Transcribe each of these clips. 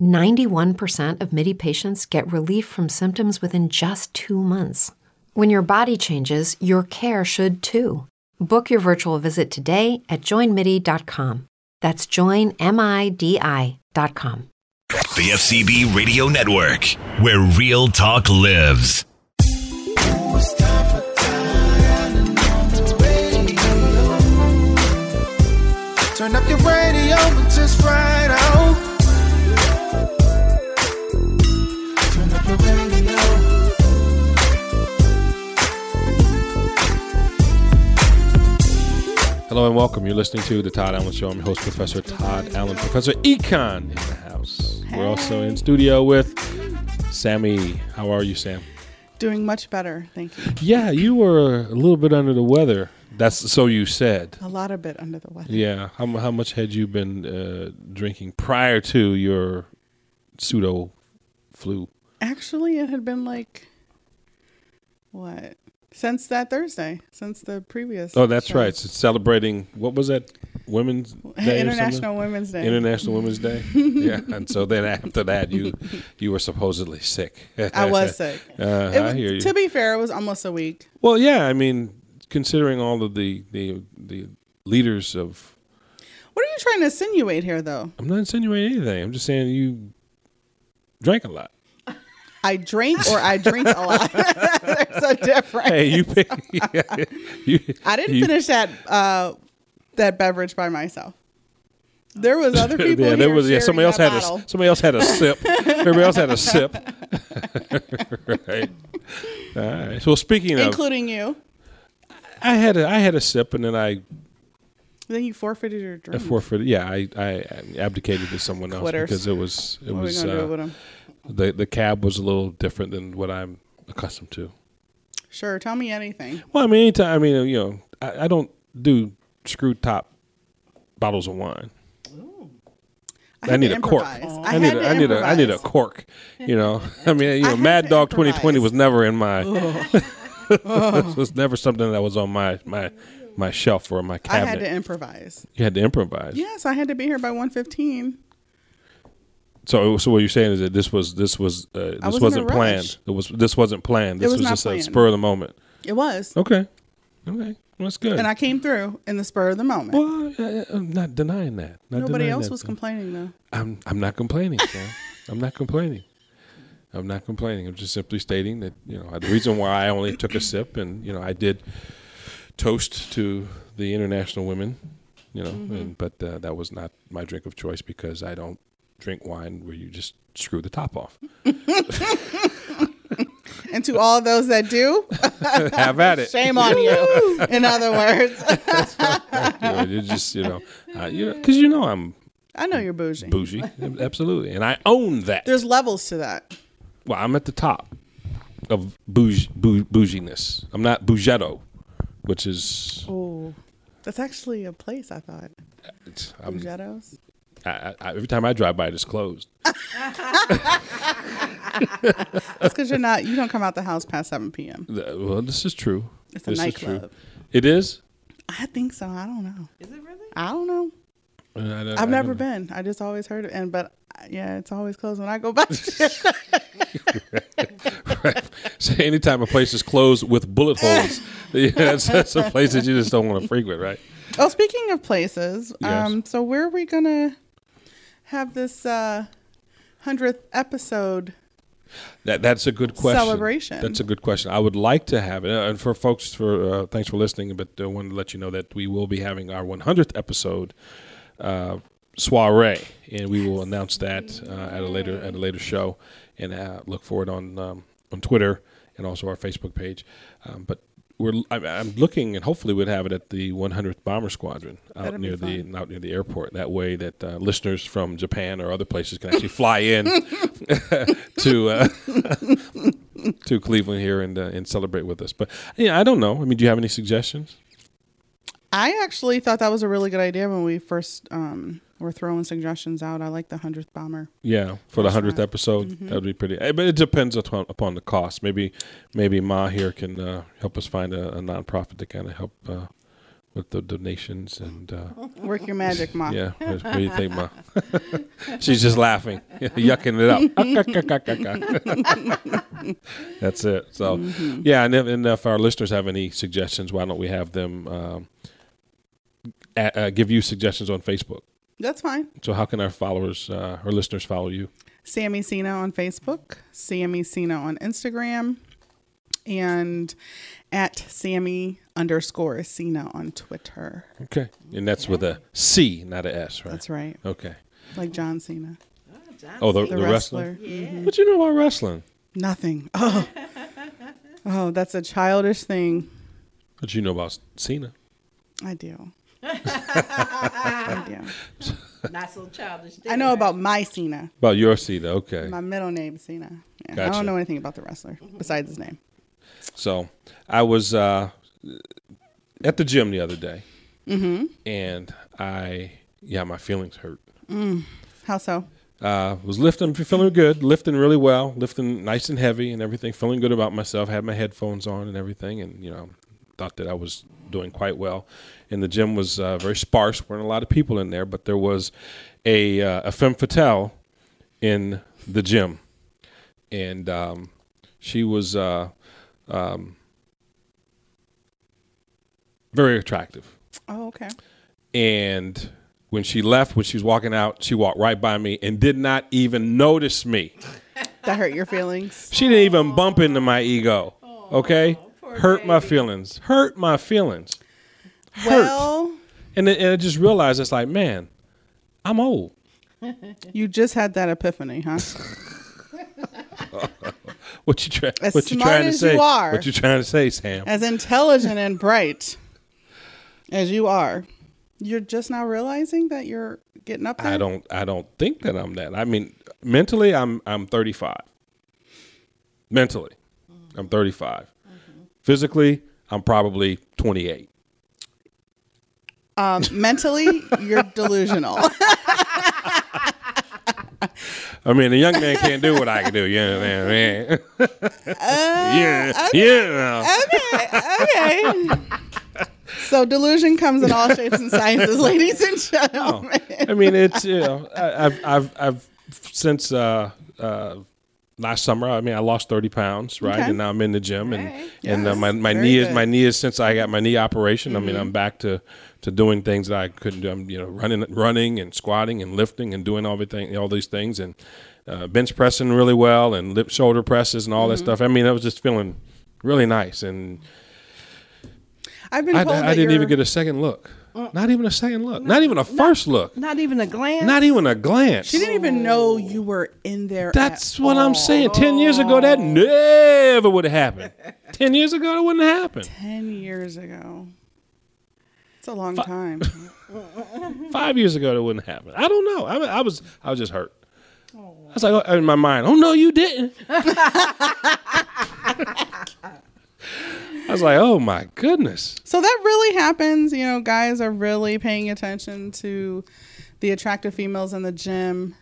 91% of MIDI patients get relief from symptoms within just two months. When your body changes, your care should too. Book your virtual visit today at joinmidi.com. That's joinmidi.com. The FCB Radio Network, where real talk lives. Turn up your radio and just ride out. Turn up the radio. Hello and welcome. You're listening to the Todd Allen Show. I'm your host, Professor Todd Allen, Professor Econ in the house. We're also in studio with Sammy. How are you, Sam? Doing much better, thank you. Yeah, you were a little bit under the weather. That's so you said. A lot of bit under the weather. Yeah. How, mu- how much had you been uh, drinking prior to your pseudo flu? Actually, it had been like what since that Thursday, since the previous. Oh, that's show. right. It's celebrating what was that? Women's Day or something? International Women's Day. International Women's Day. yeah, and so then after that, you you were supposedly sick. I was sick. Uh, It was- I hear you. To be fair, it was almost a week. well, yeah, I mean, considering all of the the the leaders of, What are you trying to insinuate here, though? I'm not insinuating anything. I'm just saying you drank a lot. I drank or I drink a lot. There's a difference. Hey, you. you I didn't you- finish that uh, that beverage by myself. There was other people. yeah, there here was yeah. Somebody else sharing had that a bottle. somebody else had a sip. Everybody else had a sip. right. All right. So speaking of, including you. I had a, I had a sip and then I Then you forfeited your drink. forfeited. Yeah, I, I abdicated to someone else Quitters. because it was it What are we was gonna uh, do with them? the the cab was a little different than what I'm accustomed to. Sure, tell me anything. Well, I mean, anytime I mean, you know, I, I don't do screw top bottles of wine. I, I, had need to a cork. improvise. I, I, had need a, to I need a I need a improvise. cork. You know, I mean, you I know, had Mad to Dog 2020 was improvise. never in my. this was never something that was on my my my shelf or my I cabinet. had to improvise. you had to improvise. Yes, I had to be here by 1.15. So, so what you're saying is that this was this was uh, I this was in a wasn't rush. planned. It was this wasn't planned. It This was, was not just a planned. spur of the moment. It was. Okay, okay, well, that's good. And I came through in the spur of the moment. well, I, I'm not denying that. Not Nobody denying else that. was complaining, though. I'm I'm not complaining. Sam. I'm not complaining. I'm not complaining. I'm just simply stating that you know the reason why I only took a sip and you know I did toast to the international women, you know, Mm-hmm. and, but uh, that was not my drink of choice because I don't drink wine where you just screw the top off. And to all those that do, Have at it. shame on you. In other words, you know, you just you know, uh, you know, because you know I'm I know you're bougie. bougie, absolutely, and I own that. There's levels to that. well, I'm at the top of bougie, bou- bouginess. I'm not bougetto, which is Oh, that's actually a place, I thought. it's- I'm, Bougettos. I, I, I- every time I drive by, it's closed. That's because you're not, you don't come out the house past 7 p.m. The- Well, this is true. It's a This is nightclub. true. It is. I think so. I don't know. Is it really? I don't know. And Uh, I don't- I've I never don't- been. I just always heard it. And but yeah, it's always closed when I go back. So anytime a place is closed with bullet holes, yeah, that's, that's a place that you just don't want to frequent, right? oh, speaking of places, Yes. um, so where are we gonna have this uh hundredth episode? That that's a good question. Celebration. That's a good question. I would like to have it. Uh, And for folks, for uh, thanks for listening. But I wanted to let you know that we will be having our 100th episode uh, soiree, and we will announce that uh, at a later at a later show. And uh, look for it on um, on Twitter and also our Facebook page. Um, but we're I, I'm looking, and hopefully we'd have it at the 100th Bomber Squadron out That'd be near the out near the airport. That way, that uh, listeners from Japan or other places can actually fly in to. Uh, to Cleveland here and uh, and celebrate with us. But yeah, I don't know. I mean, do you have any suggestions? I actually thought that was a really good idea when we first um were throwing suggestions out. I like the hundredth bomber. Yeah, for the hundredth episode, that would be pretty. eh, But it depends upon, upon the cost. Maybe maybe Ma here can uh, help us find a, a nonprofit to kind of help uh, with the donations and uh, Work your magic, mom. yeah. What, what do you think, Ma? She's just laughing, yucking it up. That's it. So yeah, and if, and if our listeners have any suggestions, why don't we have them um, a- uh, give you suggestions on Facebook? That's fine. So how can our followers, uh, our listeners, follow you? Sammy Cena on Facebook, Sammy Cena on Instagram, and at Sammy underscore Cena on Twitter. Okay. And that's with a C, not a S, right? That's right. Okay. Like John Cena, Oh, the, the, the, wrestler. Mm-hmm. wrestler. What you know about wrestling? Nothing. Oh. oh, that's a childish thing. What you know about Cena? I do. I do. Not so childish. I know about my Cena, About your Cena, okay. my middle name Cena. Yeah, I Gotcha. don't know anything about the wrestler besides his name. So I was uh, at the gym the other day, and I yeah my feelings hurt. How so? Uh, was lifting, feeling good, lifting really well, lifting nice and heavy and everything, feeling good about myself. Had my headphones on and everything, and you know, thought that I was doing quite well. And the gym was uh, very sparse, weren't a lot of people in there, but there was a uh, a femme fatale in the gym, and um, she was uh, um, very attractive Oh, okay. and when she left, when she was walking out, she walked right by me and did not even notice me. That hurt your feelings. She didn't even bump into my ego. Okay, hurt my feelings. Hurt my feelings. Hurt. Well, And then- and I just realized it's like, man, I'm old. you just had that epiphany, huh? What you try? As what you smart trying to as say? you are. What you trying to say, Sam? as intelligent and bright as you are, you're just now realizing that you're getting up there. I don't. I don't think that I'm that. I mean, mentally, I'm I'm 35. Mentally, I'm 35. Physically, I'm probably 28. Um, mentally, you're delusional. I mean, a young man can't do what I can do. You know what I mean? Uh, yeah, yeah. okay. So delusion comes in all shapes and sizes, ladies and gentlemen. I mean, it's you know, I, I've I've I've since uh, uh, last summer. I mean, I lost thirty pounds, right? Okay. And now I'm in the gym, and and uh, Yes. my my Very knee is good. Mm-hmm. my knee is since I got my knee operation. I mean, I'm back to to doing things that I couldn't do. I'm you know running running and squatting and lifting and doing all everything all these things and uh, bench pressing really well and lip shoulder presses and all Mm-hmm. that stuff. I mean, I was just feeling really nice and. I've been I, told I that didn't you're, Mm. even get a second look. Not even a second look. Not even a first look. Not even a glance. Not even a glance. You didn't even know you were in there. That's at what I'm all. saying. Ten years ago, that never would have happened. Ten years ago, that wouldn't have happened. Ten years ago. It's a long time. Five years ago, that wouldn't happen. I don't know. I, mean, I was, I was just hurt. I was like oh, in my mind. Oh no, you didn't. I was like, oh my goodness. So that really happens. You know, guys are really paying attention to the attractive females in the gym.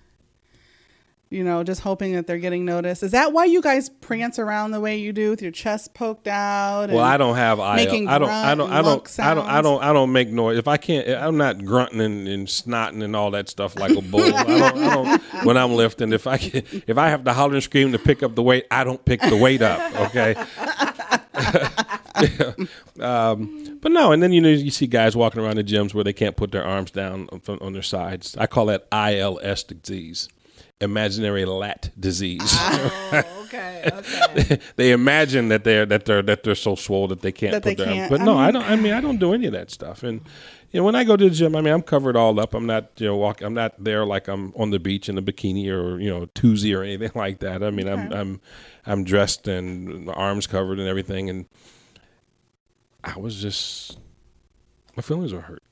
you know, just hoping that they're getting noticed. Is that why you guys prance around the way you do with your chest poked out? Well, and- I don't have I. I don't. making I don't. I grunt don't. and I lunk don't. I don't. I sounds. don't. I don't make noise. If I can't, I'm not grunting and, and snotting and all that stuff like a bull. I don't, I don't, when I'm lifting, if I can, if I have to holler and scream to pick up the weight, I don't pick the weight up. Okay. um, but no, and then you know you see guys walking around the gyms where they can't put their arms down on, on their sides. I call that ILS disease, imaginary lat disease. Okay. Okay. they imagine that they're that they're that they're so swole that they can't That put they their can't. but I no i mean- don't i mean i don't do any of that stuff and you know when i go to the gym i mean i'm covered all up i'm not you know walk i'm not there like i'm on the beach in a bikini or you know toozy or anything like that i mean i'm i'm i'm dressed and my arms covered and everything and i was just my feelings were hurt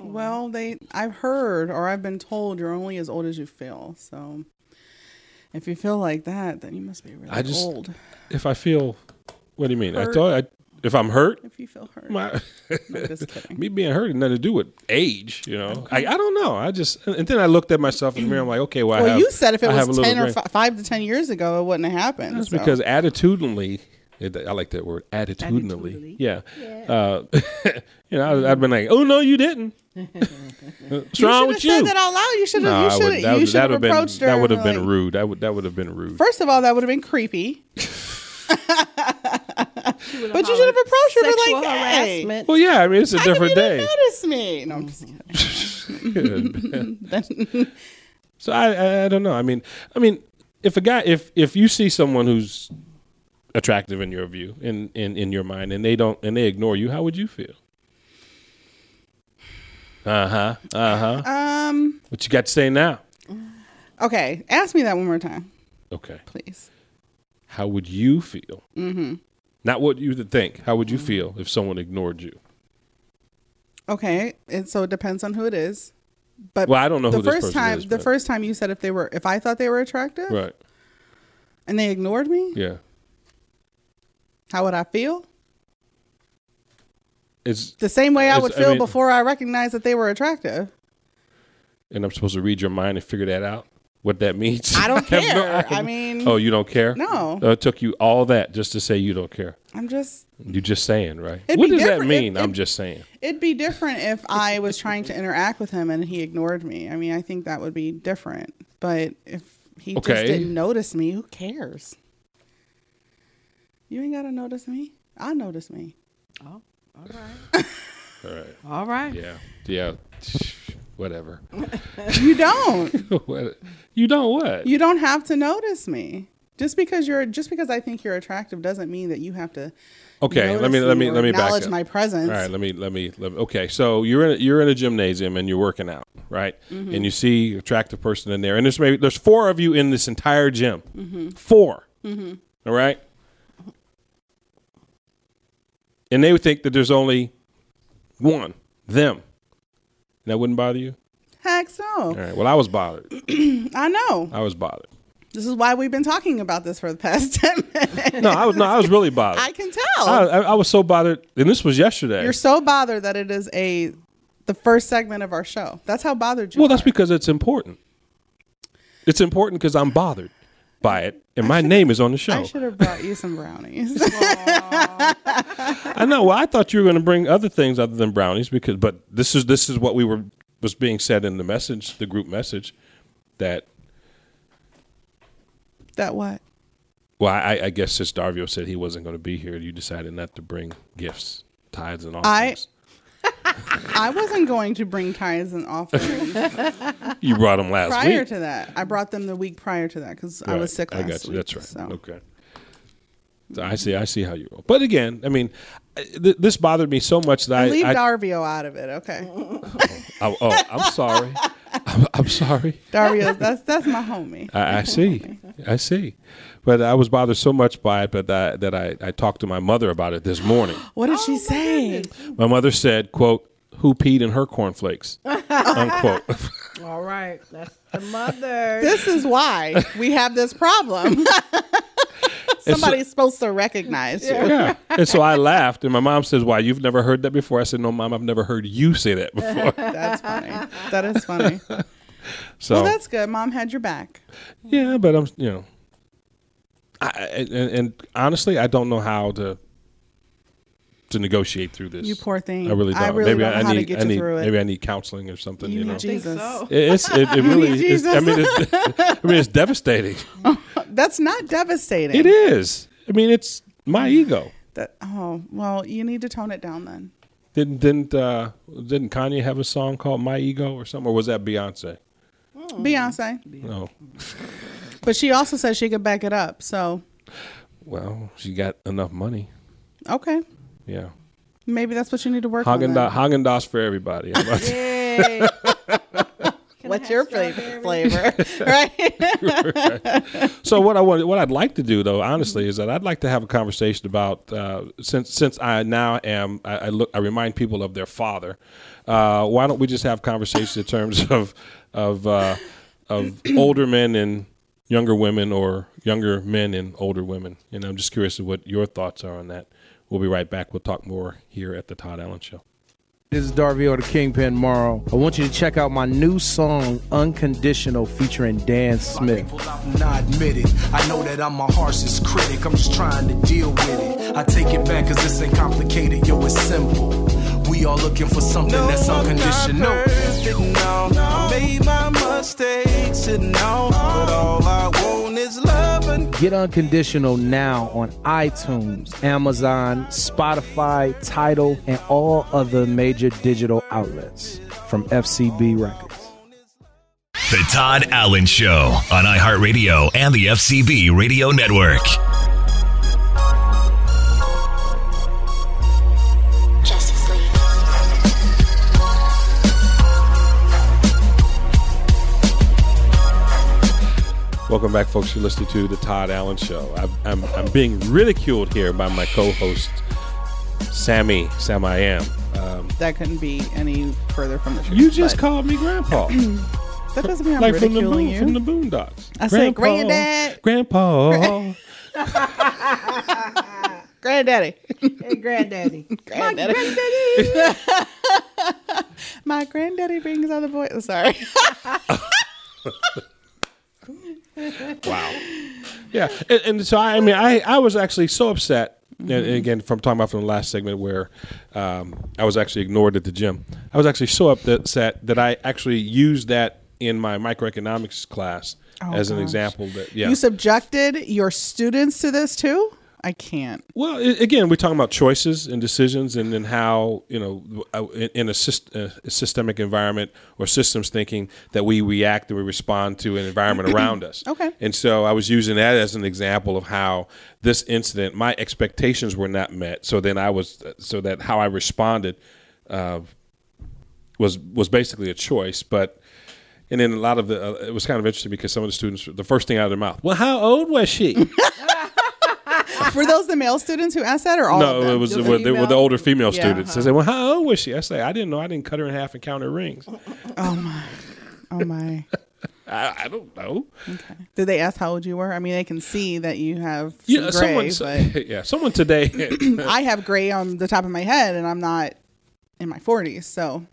Well, they I've heard or I've been told you're only as old as you feel. So if you feel like that, then you must be really I just- old. if i feel what do you mean i Hurt. thought i if i'm hurt If you feel hurt. my I'm just kidding. me being hurt had nothing to do with age, you know. I, I don't know. I just and then I looked at myself in the mirror. I'm like, okay, well, I Well, have, you said if it I have a was little ten or gray. fi- five to ten years ago, it wouldn't have happened. That's so. because attitudinally, it- I like that word, attitudinally. Attitudinally. Yeah, Uh, you know, I, I've been like, oh no, you didn't. What's wrong you with should have you? said that out loud. You should No, have. I you would- should that have. You would- should that have would have approached been her. that would have and been like- rude. That would that would have been rude. First of all, that would have been creepy. But you should have approached her and Sexual been like, "Hey, harassment. well, yeah, I mean, it's a how come different you didn't day. notice me." No, I'm just Mm-hmm. kidding. So I, I I don't know. I mean I mean if a guy if if you see someone who's attractive in your view in in in your mind and they don't and they ignore you, how would you feel? Uh huh. Uh huh. Um. What you got to say now? Okay, ask me that one more time, Okay. please. How would you feel? Mm-hmm. Not what you would think. How would you feel if someone ignored you? Okay, and so it depends on who it is. But Well, I don't know the who this first person time is, the but- first time you said if they were if I thought they were attractive Right. and they ignored me, Yeah. how would I feel? It's The same way I It's- would I feel mean- before I recognized that they were attractive. and I'm supposed to read your mind and figure that out. What that means? I don't have no care. idea. I mean- oh, you don't care? No. Uh, it took you all that just to say you don't care. I'm just You're just saying, right? It'd what be does that different. mean? It- I'm it- just saying. it'd be different if I was trying to interact with him and he ignored me. I mean, I think that would be different. But if he Okay. just didn't notice me, who cares? You ain't gotta notice me. I notice me. All right. All right. Yeah. Yeah. Whatever. You don't. What- you don't what? you don't have to notice me just because you're just because i think you're attractive doesn't mean that you have to okay. Let me notice let me or let me back acknowledge up. my presence All right. Let me let me. Let me okay. So you're in you're in a gymnasium and you're working out, right? Mm-hmm. And you see attractive person in there, and there's maybe there's four of you in this entire gym. Mm-hmm. 4 All right. And they would think that there's only one, them. And that wouldn't bother you? heck no All right. Well, I was bothered. i know I was bothered. this is why we've been talking about this for the past 10 minutes No, I was no, I was really bothered. i I, can tell I, I was so bothered, and this was yesterday. you're so bothered that it is a the first segment of our show that's how bothered you well, that's are. because it's important. It's important because I'm bothered by it, and my name is on the I show. should have brought you some brownies. I know. Well, I thought you were going to bring other things other than brownies because, but this is this is what we were was being said in the message, the group message, that that what? well, I, I guess since Darvio said he wasn't going to be here, you decided not to bring gifts, tithes, and I- offerings. I wasn't going to bring tithes and offerings you brought them last prior week. to that. I brought them the week prior to that because I Right. was sick last I got you. week. That's right. so. Okay. So I see. I see how you roll. But again, I mean, I- th- this bothered me so much that I, Leave I, Darvio out of it, okay? I- oh, I'm sorry. I'm, I'm sorry. Darvio, that's that's my homie. I, I see. I see. But I was bothered so much by it, but I, that I, I talked to my mother about it this morning. What did she say? My mother said, "quote Who peed in her cornflakes?" Unquote. All right. That's the mother. This is why we have this problem. Somebody's supposed to recognize you. yeah. And so I laughed, and my mom says, "Why you've never heard that before?" I said, "No, mom, I've never heard you say that before." That's funny. That is funny. So well, Oh, that's good. Mom had your back. yeah, but I'm you know, I, I- and, and honestly, I don't know how to to negotiate through this. You poor thing. I really don't. I really maybe don't know I, how need, to get I you need, through it. Maybe I need counseling or something. You, need know, Jesus. think so. it's it, it really. Is, I Jesus. mean, it's, I mean, it's devastating. That's not devastating. It is. I mean, it's my ego. That, oh well, you need to tone it down then. Didn't didn't uh, didn't Kanye have a song called "My Ego" or something? Or was that Beyonce? Oh. Oh, Beyonce, No. but she also says she could back it up. So Well, she got enough money. okay, Yeah. maybe that's what you need to work on. Hagen then. Dazs for everybody. I'm not- Yay. What's your flavor? Flavor, right? so what I want, what I'd like to do though, honestly, is that I'd like to have a conversation about uh, since since I now am I, I look I remind people of their father. Uh, why don't we just have conversations in terms of of uh, of older men and younger women, or younger men and older women? And I'm just curious of what your thoughts are on that. We'll be right back. We'll talk more here at the Todd Allen Show. This is Darvio the Kingpin Morrow. I want you to check out my new song, Unconditional, featuring Dan Smith. People I'm not admitted. I know that I'm my harshest critic. I'm just trying to deal with it. I take it back because this ain't complicated. Yo, it's simple. We all looking for something that's unconditional. Get Unconditional now on iTunes, Amazon, Spotify, Tidal, and all other major digital outlets from FCB Records. The Todd Allen Show on iHeartRadio and the FCB Radio Network. Justice League. Welcome back, folks. You're listening to the Todd Allen Show. I'm, I'm, I'm being ridiculed here by my co-host, Sammy. Sam, I am. Um, that couldn't be any further from the truth. you just but called me Grandpa, that doesn't mean I'm like from the ridiculing boon, you. from the Boondocks. I said, "Granddad." Grandpa. Granddaddy, Hey, granddaddy. granddaddy, my granddaddy brings all the boys. Sorry, yeah, and, and so I, I mean, I, I was actually so upset. And, Mm-hmm. and again, from talking about from the last segment where um, I was actually ignored at the gym, I was actually so upset that I actually used that in my microeconomics class Oh, as an gosh. example. That yeah, you subjected your students to this too. I can't. Well, i again, we're talking about choices and decisions, and then how you know, uh, in, in a, syst- uh, a systemic environment or systems thinking that we react and we respond to an environment around us. Okay. And so I was using that as an example of how this incident, my expectations were not met. So then I was, uh, so that how I responded uh, was was basically a choice, but. And then a lot of the, uh, it was kind of interesting because some of the students, the first thing out of their mouth, well, how old was she? Were those the male students who asked that, or all No, of them? it was The with the, with the female? older female Yeah, students. I said, "Well, how old was she?" I say, "I didn't know. I didn't cut her in half and count her rings. Oh my, oh my. I, I don't know." Did they ask how old you were? I mean, they can see that you have some Yeah, someone. gray, s- but Yeah, someone today. I have gray on the top of my head, and I'm not in my 40s. So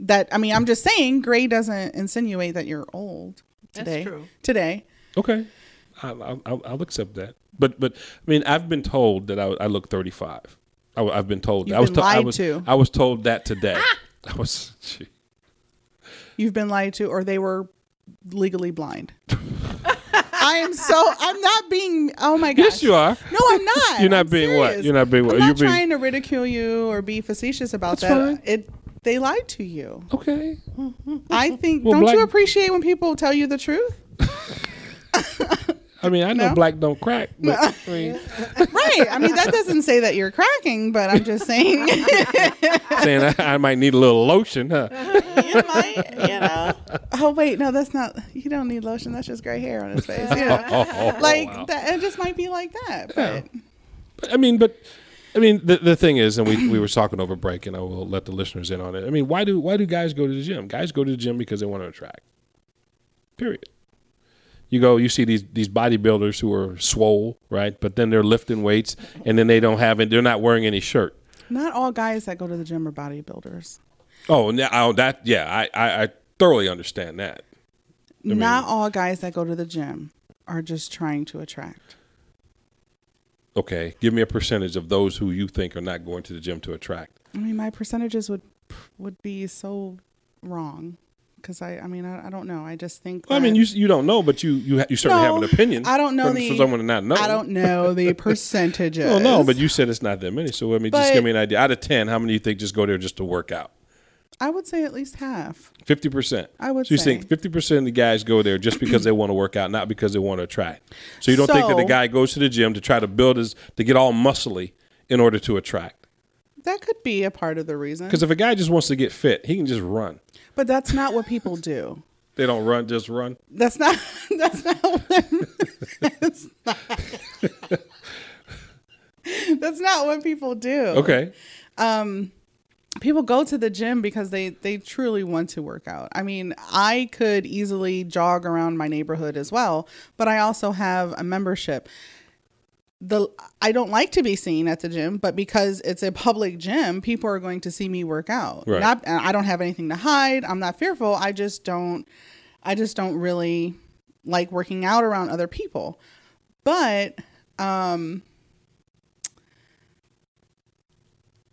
that I mean, I'm just saying, gray doesn't insinuate that you're old today. true. Today, okay, I'll, I'll- I'll, I'll accept that. But but I mean, I've been told that I, I look thirty five. I, have been told. You've I was been to- I lied was, to. Ah! I was told that today. I was. gee. you've been lied to, or they were legally blind. I am so. I'm not being. Oh my gosh. Yes, you are. No, I'm not. You're not I'm being what? serious. You're not being what? I'm not You're being- trying to ridicule you or be facetious about That's that. fine. It. They lied to you. Okay. I think. Well, don't you black- appreciate when people tell you the truth? I mean, I know No? black don't crack, but I mean, Right. I mean, that doesn't say that you're cracking, but I'm just saying. saying I, I might need a little lotion. Huh? you might, you know. Oh wait, no, that's not. You don't need lotion. That's just gray hair on his face. You know? like that. It just might be like that. But I mean, but I mean, the, the thing is, and we, we were talking over break, and I will let the listeners in on it. I mean, why do why do guys go to the gym? Guys go to the gym because they want to attract. Period. You go, you see these these bodybuilders who are swole, right? But then they're lifting weights, and then they don't have it. They're not wearing any shirt. not all guys that go to the gym are bodybuilders. Oh, now oh, that yeah, I I. I thoroughly understand that. Not all guys that go to the gym are just trying to attract. Okay, give me a percentage of those who you think are not going to the gym to attract. I mean, my percentages would would be so wrong because I, I mean, I, I don't know. I just think. Well, I mean, that- you you don't know, but you you ha- you certainly have No, an opinion. I don't know for, the for someone to not know. I don't know the percentages. Well, no, but you said it's not that many. So I mean, just But- give me an idea. Out of ten, how many you think just go there just to work out? I would say at least half. Fifty percent. I would So you say. think fifty percent of the guys go there just because they want to work out, not because they want to attract. So you don't think that the So- guy goes to the gym to try to build his to get all muscly in order to attract. Uh-huh. That could be a part of the reason. Because if a guy just wants to get fit, he can just run. But that's not what people do. They don't run, just run. That's not. That's not. What, that's not. that's not what people do. Okay. people go to the gym because they they truly want to work out. I mean, I could easily jog around my neighborhood as well, but I also have a membership. The I don't like to be seen at the gym, but because it's a public gym, people are going to see me work out. Right. Not, and I don't have anything to hide. I'm not fearful. I just don't I just don't really like working out around other people. But um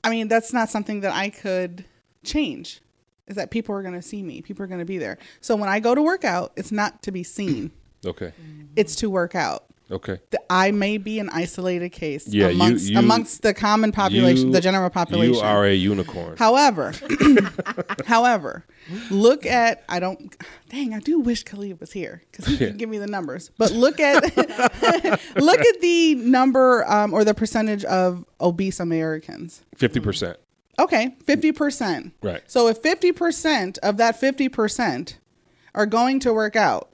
I mean, that's not something that I could change. Is that people are going to see me? People are going to be there. So when I go to work out, it's not to be seen. Okay. it's to work out. Okay. The- I may be an isolated case Yeah, you- amongst you- amongst the common population, You- the general population. You are a unicorn. However, however, look at I don't. Dang, I do wish Khalid was here because he could give me the numbers. But look at look at the number um, or the percentage of obese Americans. Fifty percent. Okay, fifty percent. Right. So if fifty percent of that fifty percent are going to work out,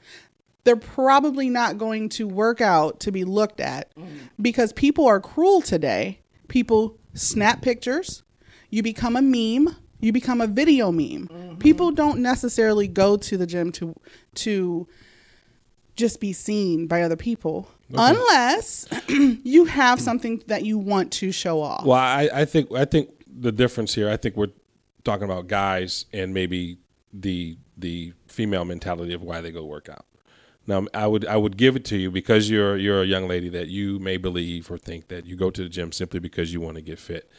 they're probably not going to work out to be looked at Mm. because people are cruel today. People snap pictures. You become a meme. You become a video meme. Mm-hmm. People don't necessarily go to the gym to to just be seen by other people unless you have something that you want to show off. Well, I, I think I think the difference here. I think we're talking about guys and maybe the the female mentality of why they go work out. Now, I would I would give it to you because you're you're a young lady that you may believe or think that you go to the gym simply because you want to get fit.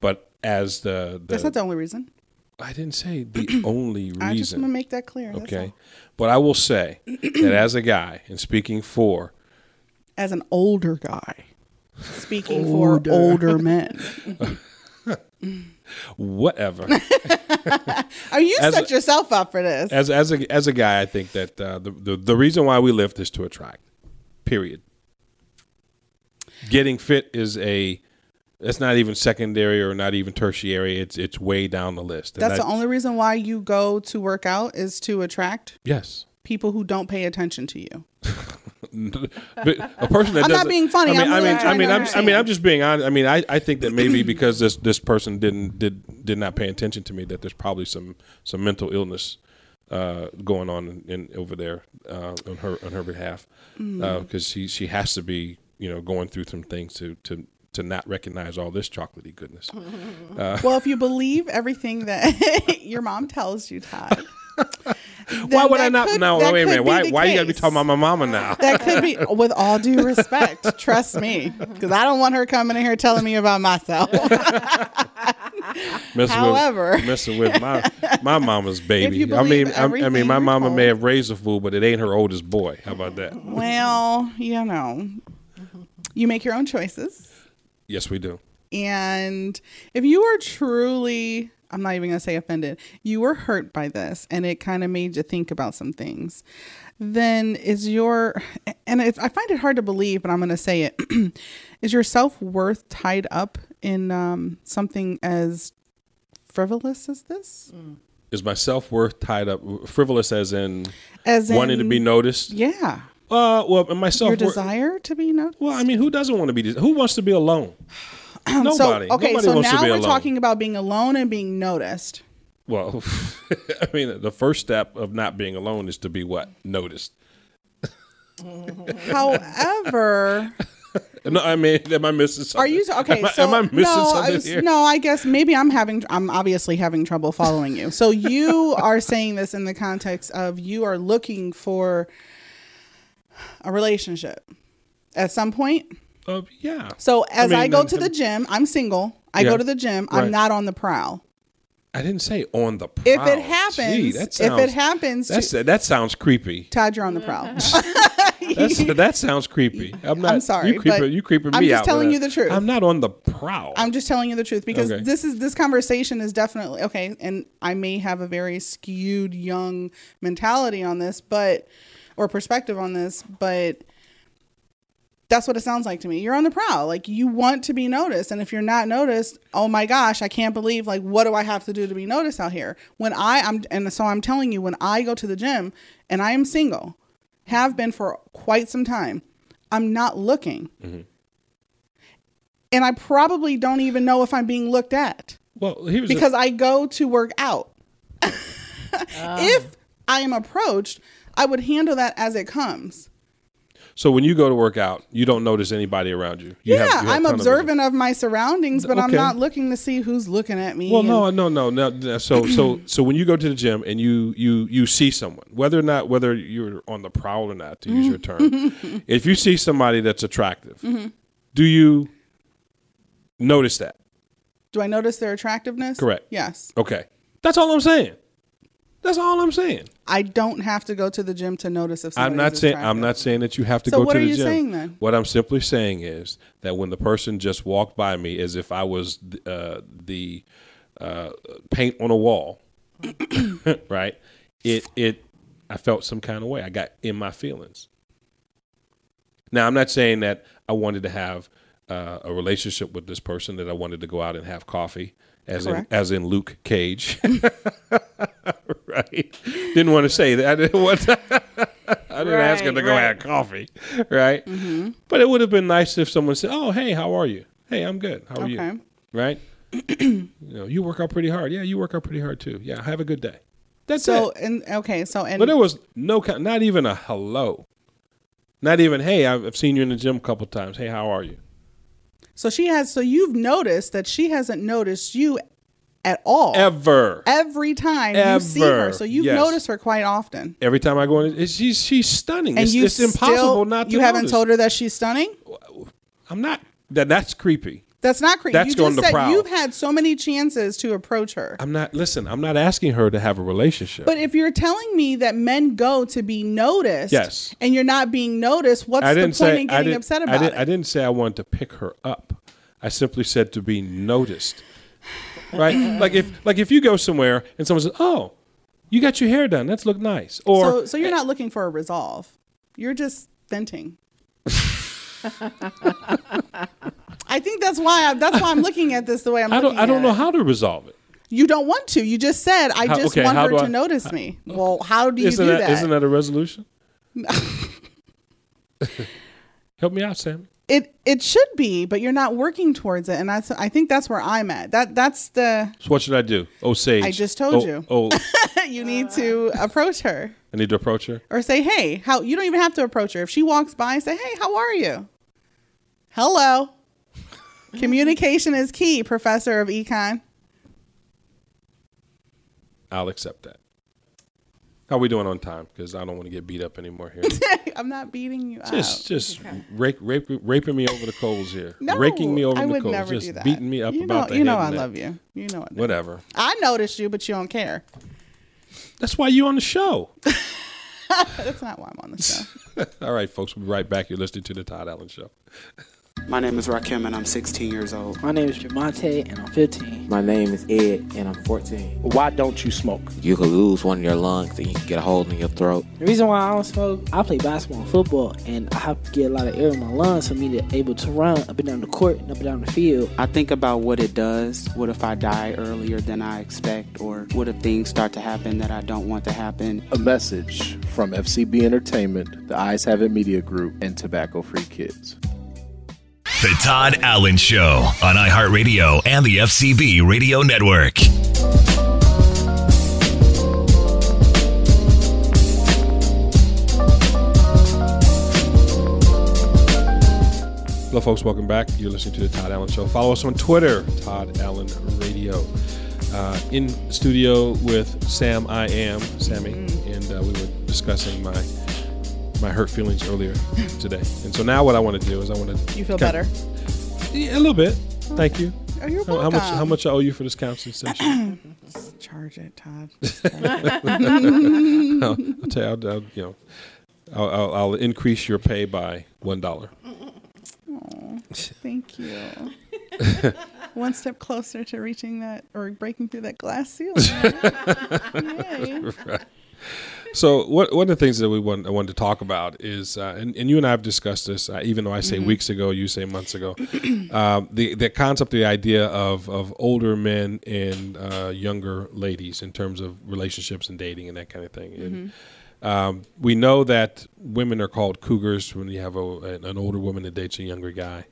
But as the, the That's not the only reason. I didn't say the only reason. I just want to make that clear. that's okay, all. but I will say that as a guy and speaking for As an older guy, speaking for older men. whatever. Are you As set a- yourself up for this? as as a as a guy, I think that uh, the, the the reason why we lift is to attract. Period. Getting fit is a that's not even secondary or not even tertiary. It's it's way down the list. And That's I- the only reason why you go to work out is to attract yes. people who don't pay attention to you. But a person that I'm not doesn't- being funny. I mean, I'm I really mean, I trying mean, to I'm, I mean, I'm understand. just being honest. I mean, I, I think that maybe because this this person didn't did did not pay attention to me, that there's probably some some mental illness uh, going on in, in over there uh, on her on her behalf because Mm. she she has to be you know going through some things to to to not recognize all this chocolatey goodness. Oh, well, if you believe everything that your mom tells you, Todd. why then would I that not? could- no, that wait a minute. could be Why the why you got to be case. talking about my mama now? That could be, with all due respect, trust me, because I don't want her coming in here telling me about myself. messing However- with, messing with my my mama's baby. you I mean, believe I, I mean, everything my you're mama may told. have raised a fool, but it ain't her oldest boy. How about that? well, you know, you make your own choices. Yes, we do. And if you are truly, I'm not even going to say offended, you were hurt by this and it kind of made you think about some things, then is your, and it's, I find it hard to believe, but I'm going to say it, is your self worth tied up in um, something as frivolous as this? Is my self worth tied up frivolous as in As in, wanting to be noticed? Yeah. Uh, well, and my Your self worth. desire to be noticed? Well, I mean, who doesn't want to be? Who wants to be alone? Nobody. So, okay, Nobody so wants now to be we're alone. talking about being alone and being noticed. well, I mean, the first step of not being alone is to be what noticed. However, No, I mean, am I missing something? Are you okay? Am I, so am I missing no, I something was- here? no. I guess maybe I'm having. I'm obviously having trouble following you. So you are saying this in the context of you are looking for a relationship at some point. Uh, yeah. So as I, mean, go and- to the and- gym, I'm single. I Yeah. go to the gym. I'm Right. not on the prowl. I didn't say on the prowl. If it Gee, happens, that if it sounds- happens, that's, to, that sounds creepy. Todd, you're on the prowl. That's, that sounds creepy. I'm not. I'm sorry, You creeping, but you creeping me I'm just out with telling that. you the truth. I'm not on the prowl. I'm just telling you the truth because Okay. this is this conversation is definitely okay, and I may have a very skewed young mentality on this, but or perspective on this, but that's what it sounds like to me. You're on the prowl, like you want to be noticed, and if you're not noticed, oh my gosh, I can't believe like what do I have to do to be noticed out here? When I I'm and so I'm telling you, when I go to the gym and I am single, have been for quite some time, I'm not looking and I probably don't even know if I'm being looked at well, here's the- because I go to work out. If I am approached, I would handle that as it comes. so when you go to work out, you don't notice anybody around you. You yeah, have- you have I'm tunnel vision. observant of my surroundings, but I'm Okay. not looking to see who's looking at me. Well, and- no, no, no, no. no. So, so, so when you go to the gym and you you you see someone, whether or not whether you're on the prowl or not, to use your term, if you see somebody that's attractive, Mm-hmm. do you notice that? Do I notice their attractiveness? Correct. Yes. Okay, that's all I'm saying. That's all I'm saying. I don't have to go to the gym to notice if somebody I'm not is saying I'm attractive. not saying that you have to So go what to are the you gym. saying then? What I'm simply saying is that when the person just walked by me as if I was th- uh, the uh, paint on a wall, right? It it I felt some kind of way. I got in my feelings. Now I'm not saying that I wanted to have uh, a relationship with this person that I wanted to go out and have coffee as Correct. in as in Luke Cage. right? Didn't want to say that. I didn't want I didn't ask her to Right, go right. have coffee, Mm-hmm. right? But it would have been nice if someone said, "Oh, hey, how are you? Hey, I'm good. How are Okay. you? Right? you know, you work out pretty hard. Yeah, you work out pretty hard too. Yeah, have a good day. That's So it. and okay, so and But there was no, co- not even a hello, not even hey, I've I've seen you in the gym a couple times. Hey, how are you? so she has so you've noticed that she hasn't noticed you at all Ever. every time you see her. Ever. So you've Yes. noticed her quite often. Every time I go in, it's, she's she's stunning. and it's, you it's impossible still- not to. you haven't notice. told her that she's stunning I'm not. That that's creepy. that's not creepy That's you going just to said prowl. you've had so many chances to approach her I'm not. Listen, I'm not asking her to have a relationship. but if you're telling me that men go to be noticed Yes. and you're not being noticed what's I the didn't point say in I getting didn't, upset I about didn't, I it didn't say I wanted to pick her up. I simply said to be noticed. Right? like if like if you go somewhere and someone says, "Oh, you got your hair done. That's look nice." Or so, so you're not looking for a resolve you're just venting I think that's why I'm, that's why I'm looking at this the way I'm I don't looking I don't at know it. how to resolve it. you don't want to. You just said I How- just okay, want how her do to I- notice me. Well, how do you Isn't do that isn't that a resolution? Help me out, Sam. it it should be but you're not working towards it and that's i think that's where i'm at that that's the So what should I do? Oh, Sage. I just told Oh, you. Oh, you need to Uh. approach her I need to approach her. or say hey how you don't even have to approach her if she walks by say hey how are you hello communication is key professor of econ I'll accept that. How we doing on time? Because I don't want to get beat up anymore here. i'm not beating you Just, up just rape, rape, raping me over the coals here. no, raking me over I the would coals. never just do that. beating me up you about know, the You head know I and love that. you. You know I do. Whatever. I noticed you, but you don't care. That's why you on the show. That's not why I'm on the show. All right, folks. We'll be right back. You're listening to the Todd Allen Show. My name is Rakim and I'm 16 years old. My name is Javante and I'm 15. My name is Ed and I'm 14. Why don't you smoke? You could lose one of your lungs and you can get a hole in your throat. The reason why I don't smoke, I play basketball and football, and I have to get a lot of air in my lungs for me to able to run up and down the court and up and down the field. I think about what it does. What if I die earlier than I expect? Or what if things start to happen that I don't want to happen? A message from FCB Entertainment, the Eyes Have It Media Group, and Tobacco Free Kids. The Todd Allen Show on iHeartRadio and the FCB Radio Network. Hello, folks. Welcome back. You're listening to the Todd Allen Show. Follow us on Twitter, Todd Allen Radio. Uh, in studio with Sam, I am Sammy, Mm. and uh, we were discussing my my hurt feelings earlier today. And so now, what I want to do is I want to. You feel better? Yeah, a little bit. Thank you. Oh, you're How- How much? welcome. How much I owe you for this counseling session? Charge it, Todd. I'll, I'll tell you. I'll, I'll, you know, I'll, I'll, I'll increase your pay by one dollar. Thank you. One step closer to reaching that or breaking through that glass ceiling. Yay. Right. So what one of the things that we want, I wanted to talk about is, uh, and, and you and I have discussed this, uh, even though I say Mhm. weeks ago, you say months ago, um, the the concept, the idea of of older men and uh, younger ladies in terms of relationships and dating and that kind of thing. And, um, we know that women are called cougars when you have a, an, an older woman that dates a younger guy,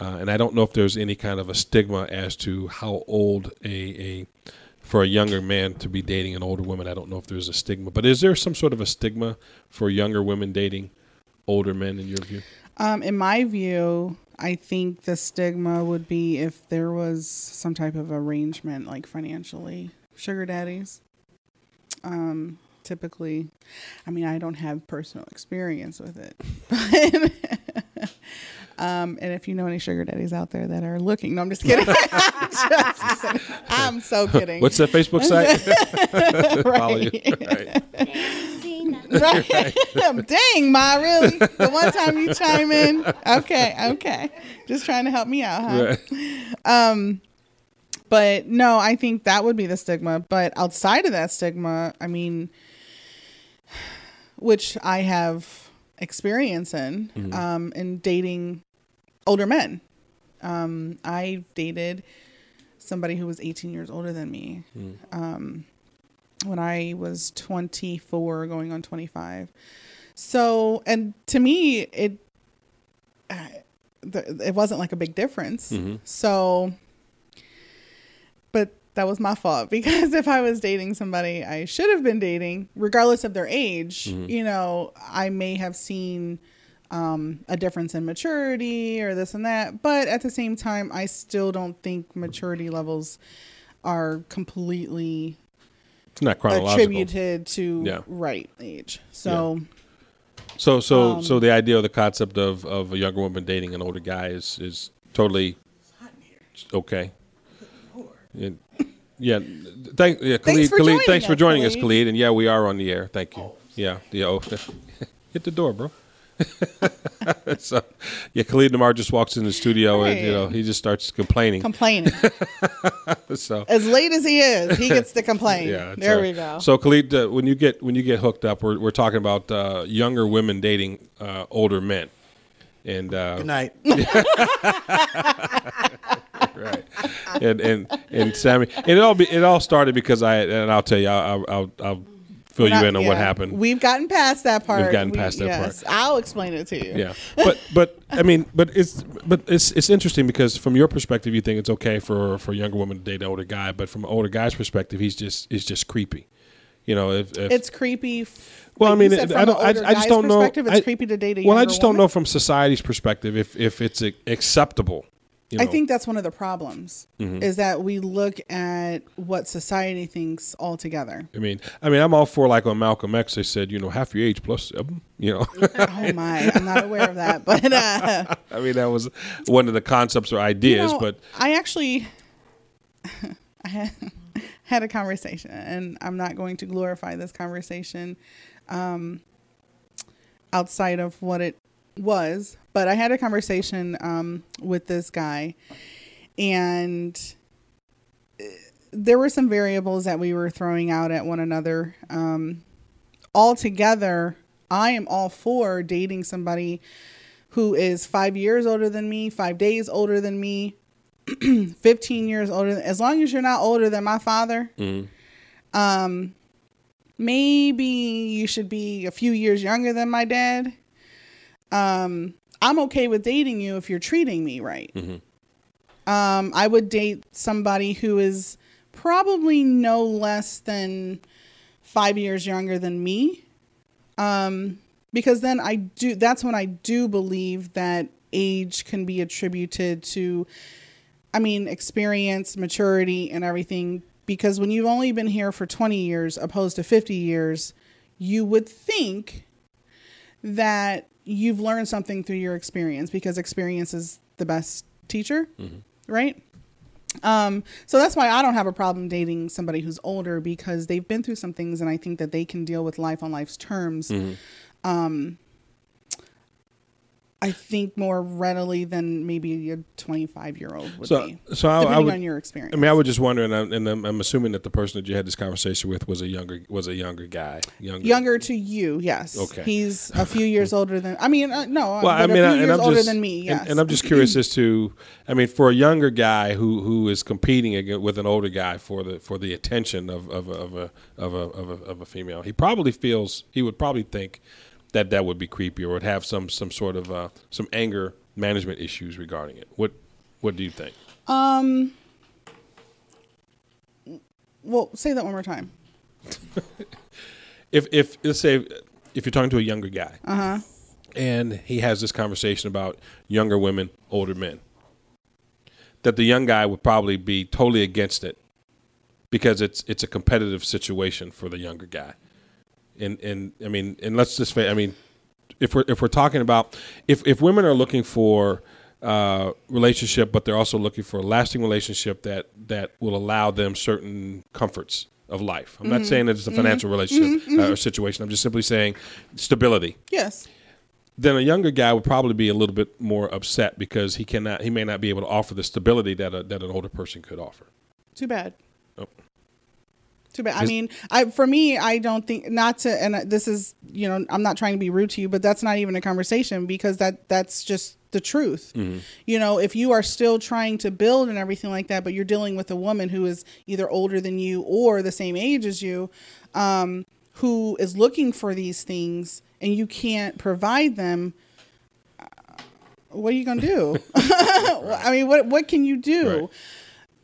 uh, and I don't know if there's any kind of a stigma as to how old a, a for a younger man to be dating an older woman. I don't know if there's a stigma, but is there some sort of a stigma for younger women dating older men in your view? Um, in my view, I think the stigma would be if there was some type of arrangement, like financially, sugar daddies. Um, typically, I mean, I don't have personal experience with it, but um, and if you know any sugar daddies out there that are looking, no, I'm just kidding. I'm, just kidding. I'm so kidding. What's that Facebook site? Follow you. right. Right. Right. Um, Dang, Ma, really? The one time you chime in. Okay, okay. Just trying to help me out, huh? Um but no, I think that would be the stigma, but outside of that stigma, I mean which I have experience in Mhm. um in dating older men. Um I dated somebody who was 18 years older than me. Mm. Um when I was 24 going on 25. So, and to me it I- th- it wasn't like a big difference. Mm-hmm. Mhm. So but that was my fault because if I was dating somebody I should have been dating regardless of their age, Mm-hmm. Mhm. you know, I may have seen um, a difference in maturity or this and that. But at the same time, I still don't think maturity levels are completely It's not chronological. attributed to Yeah. right age. So So so Um, so the idea or the concept of, of a younger woman dating an older guy is is totally okay. And- yeah, thank yeah, Khalid. Thanks for Khalid, joining thanks for us, joining us, Khalid. Khalid. And yeah, we are on the air. Thank you. Yeah, yeah. oh, hit the door, bro. so, yeah, Khalid Namar just walks in the studio and you know he just starts complaining. complaining so as late as he is, he gets to complain. Yeah, there so- we go. So Khalid, uh, when you get when you get hooked up, we're, we're talking about uh, younger women dating uh, older men. And uh, Good night. right. And and and Sammy, and it all be, it all started because I and I'll tell you, I'll I'll, I'll fill We're not- you in on what yeah. happened. We've gotten past that part. gotten past that part. I'll explain it to you. yeah, but but I mean, but it's but it's it's interesting because from your perspective, you think it's okay for for a younger woman to date an older guy, but from an older guy's perspective, he's just he's just creepy. You know, if, if it's creepy. f- Well, like I mean, you said, I from don't. an I, older I just guy's don't know. perspective, It's I- creepy to date a Well, I younger just woman. don't know from society's perspective if if it's a, acceptable. You know? I think that's one of the problems Mhm. is that we look at what society thinks altogether. I mean, I mean, I'm all for like on Malcolm X. They said, you know, half your age plus seven. You know. oh my, I'm not aware of that, but uh, I mean, that was one of the concepts or ideas, know, but I actually I had- had a conversation, and I'm not going to glorify this conversation um, outside of what it was, but I had a conversation um, with this guy, and uh, there were some variables that we were throwing out at one another. Um, altogether, I am all for dating somebody who is five years older than me, five days older than me, 15 years older. As long as you're not older than my father, um, maybe you should be a few years younger than my dad. Um, I'm okay with dating you if you're treating me right. Um, I would date somebody who is probably no less than five years younger than me. Um, because then I do, that's when I do believe that age can be attributed to, I mean, experience, maturity, and everything. Because when you've only been here for 20 years opposed to 50 years, you would think that you've learned something through your experience because experience is the best teacher, Mm-hmm. right? Um, so that's why I don't have a problem dating somebody who's older because they've been through some things and I think that they can deal with life on life's terms. Mhm. Um, I think more readily than maybe a 25 year old would so, be. so I, I depending would, on your experience. I mean, I was just wondering, and I'm, and I'm, I'm assuming that the person that you had this conversation with was a younger was a younger guy, younger. Younger to you, yes. Okay. He's a few years older than. I mean, uh, no. well, I mean, I- a few and years I'm older just than me. and- Yes. and, I'm just curious as to, I mean, for a younger guy who who is competing against, with an older guy for the for the attention of of a, of a of a of a of a female, he probably feels he would probably think that that would be creepy or would have some some sort of uh, some anger management issues regarding it. What what do you think? Um. Well, say that one more time. if if let's say if you're talking to a younger guy Uh-huh. and he has this conversation about younger women older men that the young guy would probably be totally against it because it's it's a competitive situation for the younger guy and and i mean and let's just say i mean if we're if we're talking about if if women are looking for uh, relationship, but they're also looking for a lasting relationship that that will allow them certain comforts of life. I'm not Mhm. saying that it's a Mhm. financial relationship Mhm, uh, or mhm. situation. I'm just simply saying stability. Yes. Then a younger guy would probably be a little bit more upset because he cannot, he may not be able to offer the stability that a, that an older person could offer. Too bad. Oh. Too bad. I Is- mean, I for me, I don't think not to. And this is, you know, I'm not trying to be rude to you, but that's not even a conversation because that that's just the truth. You know, if you are still trying to build and everything like that, but you're dealing with a woman who is either older than you or the same age as you, um, who is looking for these things and you can't provide them, uh, what are you going to do? I mean, what what can you do?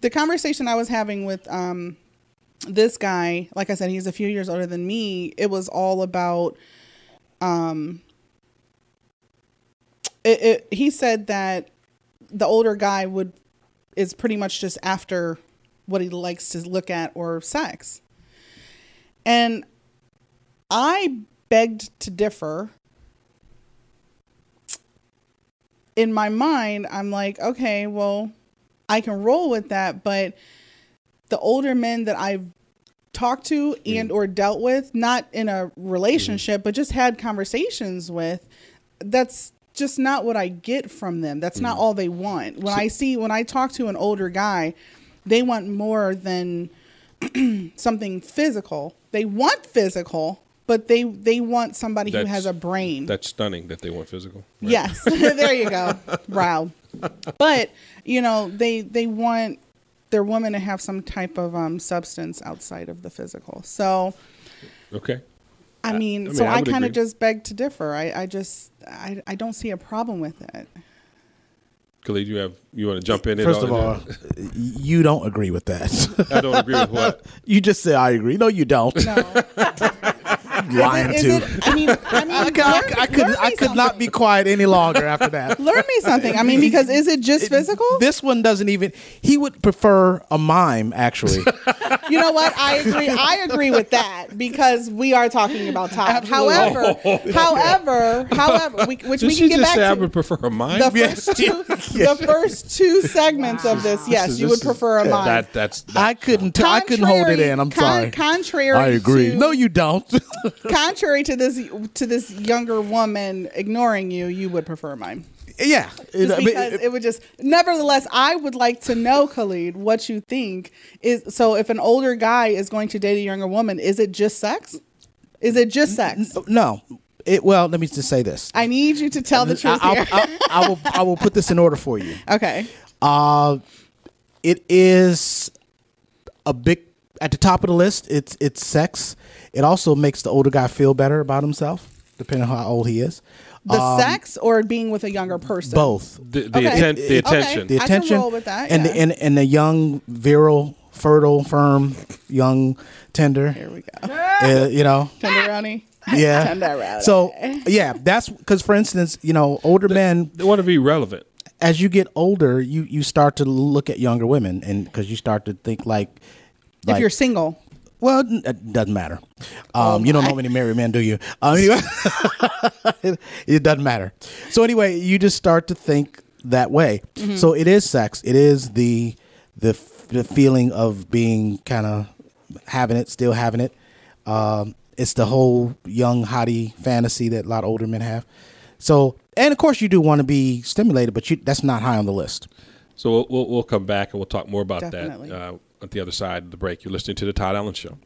The conversation I was having with um, this guy, like I said, he's a few years older than me. It was all about um, it, it, he said that the older guy would is pretty much just after what he likes to look at or sex and i begged to differ in my mind i'm like okay well i can roll with that but the older men that i've talked to Mm. and or dealt with not in a Mm-hmm. relationship but just had conversations with that's just not what I get from them. That's Mm. not all they want. When I see when I talk to an older guy, they want more than something physical. They want physical, but they they want somebody who has That's- a brain. That's stunning that they want physical. Yes, there you go. Wow. But you know they they want their woman to have some type of um, substance outside of the physical. So Okay. I mean, I so mean, I I would kind of agree. just beg to differ. I, I just I, I don't see a problem with it. Khalid, you have you want to jump in? at First of all, And- you don't agree with that. I don't agree with what? You just said I agree. No, you don't. Lying Is to. it- I mean, I mean, I, could- I could I could not be quiet any longer after that. learn me something. I mean, because is it just physical? This one doesn't even. He would prefer a mime, actually. You know what? I agree. I agree with that because we are talking about top. However, Oh. however, however, we, which Did we she can get just back say I to. would prefer a mime. The first two, the first two segments of this, yes, is- you this would prefer a is- mime. That that's I couldn't. T- I couldn't hold it in. I'm Con- sorry. Contrary, I agree. To, No, you don't. contrary to this to this younger woman ignoring you, you would prefer mine. yeah. Just It- uh, but- because it, would just. Nevertheless, I would like to know, Khalid, what you think is. So, if an older guy is going to date a younger woman, is it just sex? Is it just sex? no. It, well, let me just say this. I need you to tell the I, truth I'll- here. I'll- I will. I will put this in order for you. okay. Uh, it is a big at the top of the list. It's it's sex. It also makes the older guy feel better about himself, depending on how old he is. The Um, sex or being with a younger person? both The- the Okay. atten- the It- it- attention. the Okay, I can attention, roll with that, and the yeah. and, and the young, virile, fertile, firm, young, tender. Here we go. you know, Tenderoni. Turn yeah. that around. so yeah, that's because for instance, you know, older men they want to be relevant. As you get older, you you start to look at younger women, and because you start to think like, if like- you're single, well, n- it doesn't matter. Um, you don't know many married men, do you? Um, anyway, it doesn't matter. So anyway, you just start to think that way. Mhm. So it is sex. It is the the, f- the feeling of being kind of having it, still having it. Um, it's the whole young hottie fantasy that a lot of older men have. So, and of course, you do want to be stimulated, but you, that's not high on the list. So we'll, we'll, we'll come back and we'll talk more about Definitely. that uh, at the other side of the break. You're listening to the Todd Allen Show.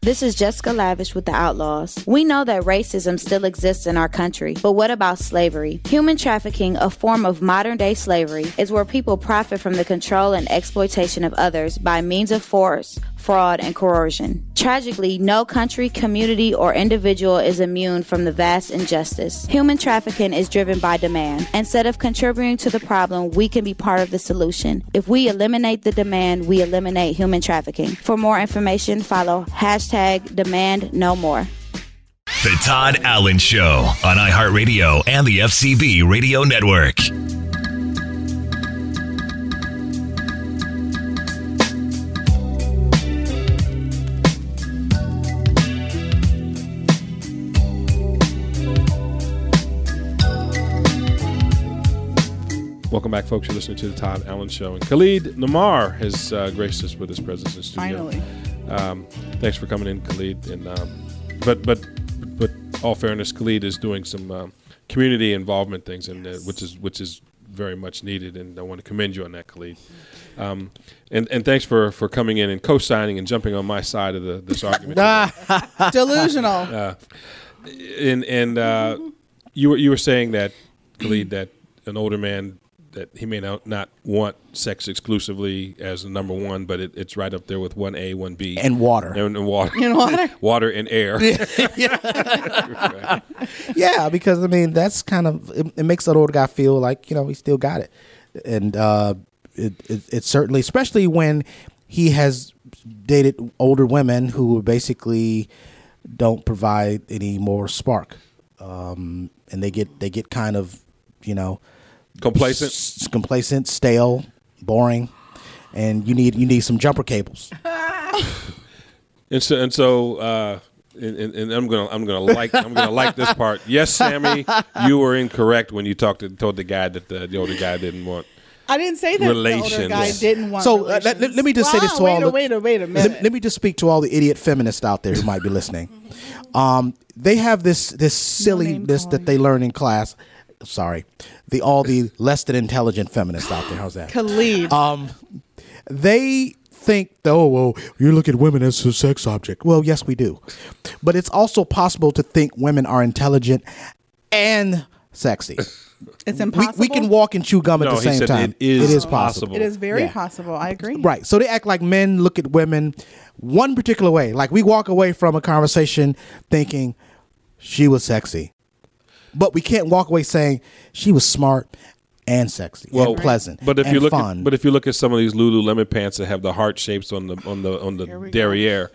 This is Jessica Lavish with the Outlaws. We know that racism still exists in our country, but what about slavery? Human trafficking, a form of modern day slavery, is where people profit from the control and exploitation of others by means of force, fraud, and coercion. Tragically, no country, community, or individual is immune from the vast injustice. Human trafficking is driven by demand. Instead of contributing to the problem, we can be part of the solution. If we eliminate the demand, we eliminate human trafficking. For more information, follow hashtag demand no more. The Todd Allen Show on iHeartRadio and the FCB Radio Network. Welcome back, folks. You're listening to the Todd Allen Show. And Khalid Namar has uh, graced us with his presence in studio. Finally. Um, thanks for coming in, Khalid. And um, but but but all fairness, Khalid is doing some um, community involvement things, and uh, which is which is very much needed. And I want to commend you on that, Khalid. Um, and and thanks for for coming in and co-signing and jumping on my side of the this argument. delusional. Uh, and and uh, you were you were saying that Khalid that an older man that he may not not want sex exclusively as the number one, but it, it's right up there with one A, one B, And water. and, and water, And water. water and air. yeah, because I mean that's kind of it, it makes that old guy feel like you know he still got it, and uh, it, it it certainly, especially when he has dated older women who basically don't provide any more spark, um, and they get they get kind of you know Complacent? s- complacent, stale, boring, and you need you need some jumper cables. And so and so. Uh, and, and, and I'm gonna I'm gonna like I'm gonna like this part. Yes, Sammy, you were incorrect when you talked to, told the guy that the, the older guy didn't want. I didn't say that the older Relations. guy didn't want. So uh, let, let- let me just say this to wait all a, the- wait a wait a Let- minute. Let, me just speak to all the idiot feminists out there who might be listening. Um, they have this this silliness that they learn in class. Sorry, the all the less than intelligent feminists out there. How's that? Khalid. Um, they think, oh, well, you look at women as a sex object. Well, yes, we do, but it's also possible to think women are intelligent and sexy. it's we, impossible. we can walk and chew gum at No, the he same said time. it is possible. It is very Yeah. possible. I agree. Right. So they act like men look at women one particular way. Like we walk away from a conversation thinking she was sexy. But we can't walk away saying she was smart and sexy well, and pleasant. But if and you look, fun. At, but if you look at some of these Lululemon pants that have the heart shapes on the on the on the derriere,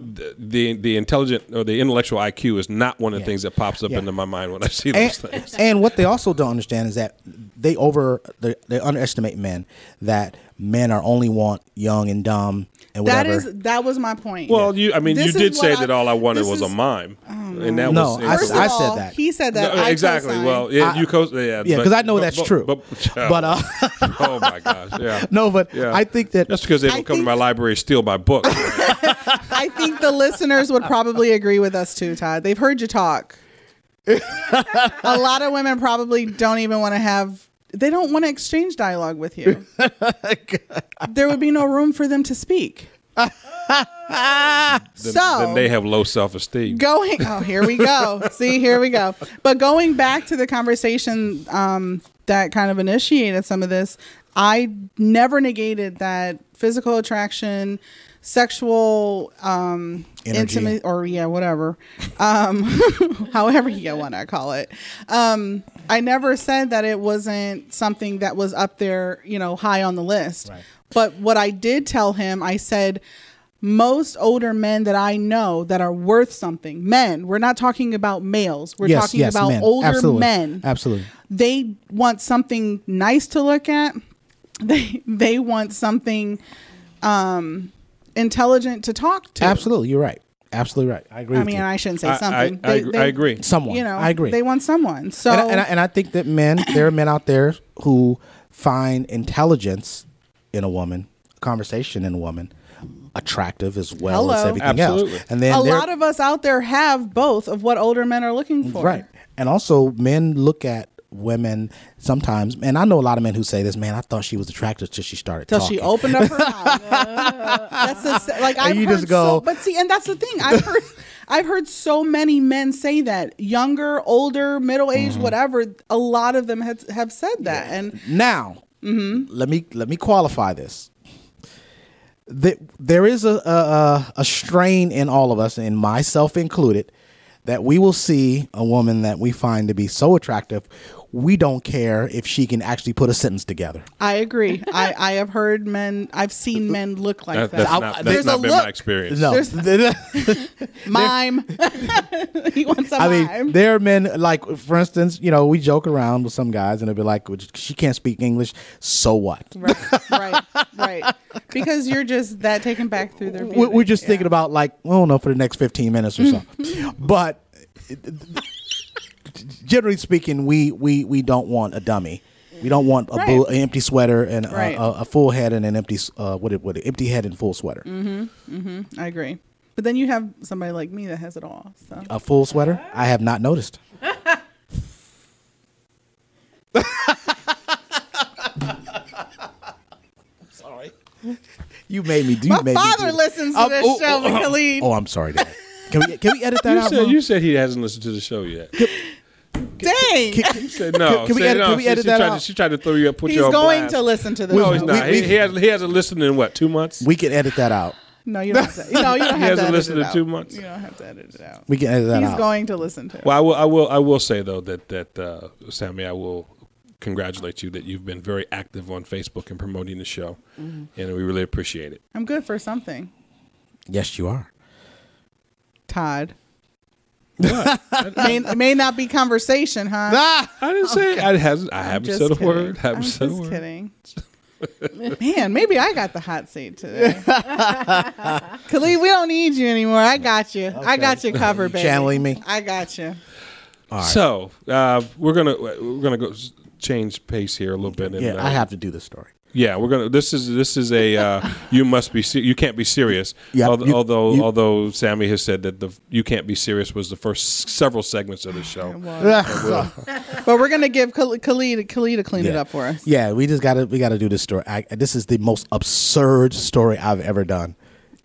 the, the the intelligent or the intellectual IQ is not one of the things that pops up Yeah. into my mind when I see and, those things. and what they also don't understand is that they over they, they underestimate men that men are only want young and dumb and That whatever. is that was my point. Well, you I mean This you is did what say I- that all I wanted this was a is- oh, mime, and that No, was I- First of I said all, that. he said that, I exactly. co-signed. Well, yeah, I- you co- yeah, yeah, but- 'cause I know but- that's but- true. But, But, uh, oh my gosh, yeah. No, but Yeah. I think that that's because they don't come to my library and steal my book. I think the listeners would probably agree with us too, Todd. They've heard you talk. a lot of women probably don't even want to have. They don't want to exchange dialogue with you. there would be no room for them to speak. Then, so then they have low self esteem. going oh here we go see here we go but going back to the conversation um, that kind of initiated some of this i never negated that physical attraction sexual um Energy. intimate or yeah whatever um however you want to call it um i never said that it wasn't something that was up there you know high on the list but what i did tell him i said most older men that I know that are worth something, men, we're not talking about males, we're yes, talking yes, about men. older Absolutely. men. Absolutely. They want something nice to look at. They they want something um intelligent to talk to. Absolutely. You're right. Absolutely right. I agree. I with mean, you. I shouldn't say I- I- something. I They- agree- I agree. Someone. You know, I agree. They want someone. So and I, and, I, and I think that men, there are men out there who find intelligence in a woman, conversation in a woman, attractive as well as Hello. everything Absolutely. else. And then a there- lot of us out there have both of what older men are looking for. right, and also men look at women sometimes, and I know a lot of men who say this. Man, I thought she was attractive till she started Till talking. she opened up her mouth. Uh, that's the sa- like And I've you heard just go- so, but see, and that's the thing. I've heard I've heard so many men say that. Younger, older, middle aged, Mm-hmm. whatever. A lot of them have, have said that. And Now, mhm. let me let me qualify this. That there is a, a a- a strain in all of us, and myself included, that we will see a woman that we find to be so attractive, we don't care if she can actually put a sentence together. I agree. I, I have heard men. I've seen men look like that. That- that's not- that's There's not a been look. my experience. No, There's- Mime. he wants a I mime. mean, there are men like, for instance, you know, we joke around with some guys, and they'll be like, "Well, "She can't speak English, so what?" right, right, right. Because you're just that taken back through their We- beauty. We're just thinking about like, I don't know, for the next fifteen minutes or so. but generally speaking, we we we don't want a dummy. We don't want a Right. bull, an empty sweater and a- Right. a, a, full head and an empty s- uh, what it what it- empty head and full sweater. Mm-hmm. Mm-hmm. I agree. But then you have somebody like me that has it all. So A full sweater? I have not noticed. sorry. You made me. You My made father me do- Um, listen to this show, Khalid. Oh, I'm sorry. Dad. Can we can we edit that you out? Said, Mom? you said he hasn't listened to the show yet. Dang. You said no. Can- can we Said edit- no. can we She- edit she that tried to- out? she tried to throw you up, put He's you on going blast. to listen to the No, show. he's not. We- he, he hasn't, he hasn't listened in what two months. we can edit that out. No, you don't have to. No, you don't He have hasn't to edit listened it to out. two months. You don't have to edit it out. We can edit that He's out. going to listen to. it. Well, I will. I will. I will say though that that uh, Sammy, I will congratulate you that you've been very active on Facebook and promoting the show, Mhm. and we really appreciate it. I'm good for something, Yes, you are. Todd. may, may not be conversation, huh? I didn't say I hasn't. I I'm haven't just said a kidding. word. I haven't I'm said just a word. kidding. Man, maybe I got the hot seat today. Khalid, we don't need you anymore. I got you. I got you covered, baby. Channeling me. I got you. So uh, we're gonna we're gonna go s- change pace here a little bit. and, Yeah, uh, I have to do this story. Yeah, we're gonna. This is this is a. Uh, you must be. Se- you can't be serious. Yeah, Although you- although, you- although Sammy has said that the you can't be serious was the first s- several segments of the show. And we'll- but we're gonna give Khal- Khalid Khalid to clean it Yeah. up for us. Yeah, we just gotta we gotta do this story. I, this is the most absurd story I've ever done.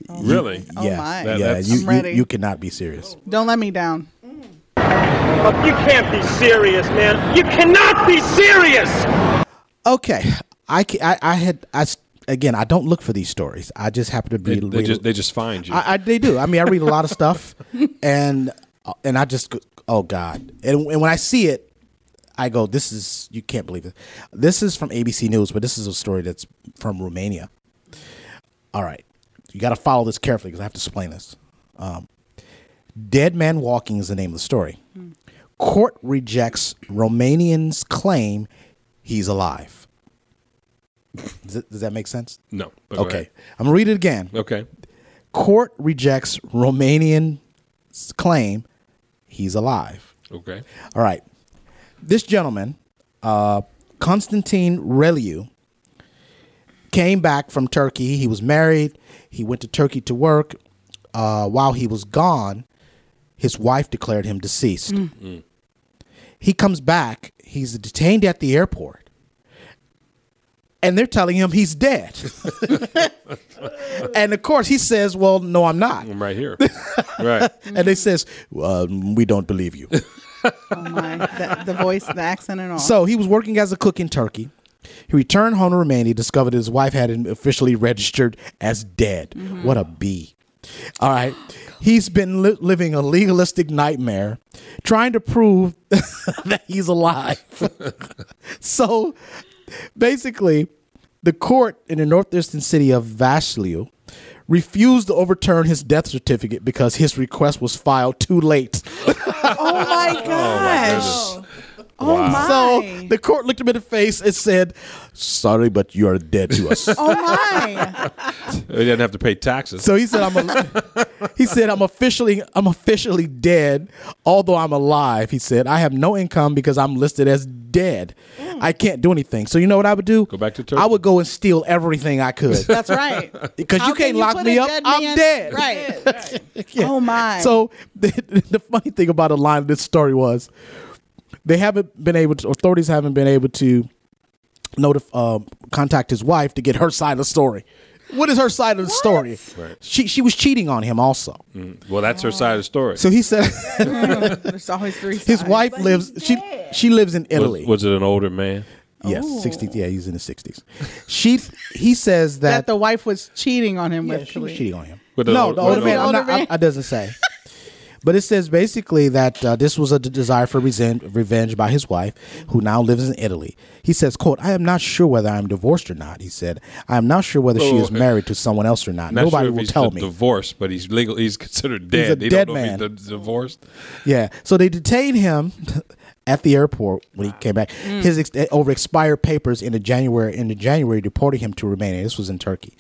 You- Really? Yeah. Oh my. That- yeah. that's- You, I'm ready. you you cannot be serious. Don't let me down. You can't be serious, man. You cannot be serious. Okay, I ca- I, I had I s- again I don't look for these stories. I just happen to be. They, they just they just find you. I, I they do. I mean, I read a lot of stuff, and uh, and I just go, oh god. And, and when I see it, I go, this is you can't believe it. This is from ABC News, but this is a story that's from Romania. All right, you got to follow this carefully because I have to explain this. Um, Dead Man Walking is the name of the story. Court rejects Romanian's claim he's alive. Does, it- does that make sense? no. but go Okay. ahead. I'm going to read it again. Okay. Court rejects Romanian's claim he's alive. Okay. All right. This gentleman, uh, Constantine Reliu, came back from Turkey. He was married. He went to Turkey to work. Uh, while he was gone, his wife declared him deceased. Mm. He comes back. He's detained at the airport. And they're telling him he's dead. and of course, he says, Well, no, I'm not. I'm right here. right. And they says, um, We don't believe you. Oh my, the, the voice, the accent, and all. So he was working as a cook in Turkey. He returned home to Romania, discovered his wife had him officially registered as dead. What a bee. All right. He's been li- living a legalistic nightmare, trying to prove that he's alive. so basically, the court in the northeastern city of Vaslui refused to overturn his death certificate because his request was filed too late. Oh my gosh. Oh Wow. my. So the court looked him in the face and said, "Sorry, but you are dead to us." oh my. He didn't have to pay taxes. So he said, "I'm." A, he said, "I'm officially, I'm officially dead, although I'm alive." He said, "I have no income because I'm listed as dead. Mm. I can't do anything." So you know what I would do? Go back to I would go and steal everything I could. That's right. Because How you can can't lock put me a up. I'm man- dead. Right. Yeah. Oh my. So the, the funny thing about the line of this story was they haven't been able to authorities haven't been able to notif- um, contact his wife to get her side of the story. What is her side of the story? Right. She she was cheating on him also. Mm. Well, that's her side of the story. So he said There's always three. his wife lives she she lives in Italy. Was, was it an older man? Oh. Yes, sixties. Yeah, he's in his sixties. She he says That, that, the wife was cheating on him with. she was cheating on him. With an no, old- the with older an man. I'm older not, I, man. I doesn't say. But it says basically that uh, this was a d- desire for resen- revenge by his wife, who now lives in Italy. He says, "quote I am not sure whether I am divorced or not." He said, "I am not sure whether she Oh, is married to someone else or not. Not Nobody sure if will he's tell d- me." Divorced, but he's legal. He's considered He's a dead. They dead don't know If he's d- divorced. Yeah. So they detained him at the airport when he came back. Mm. His ex- eh, over expired papers in the January in the January deporting him to Romania. This was in Turkey.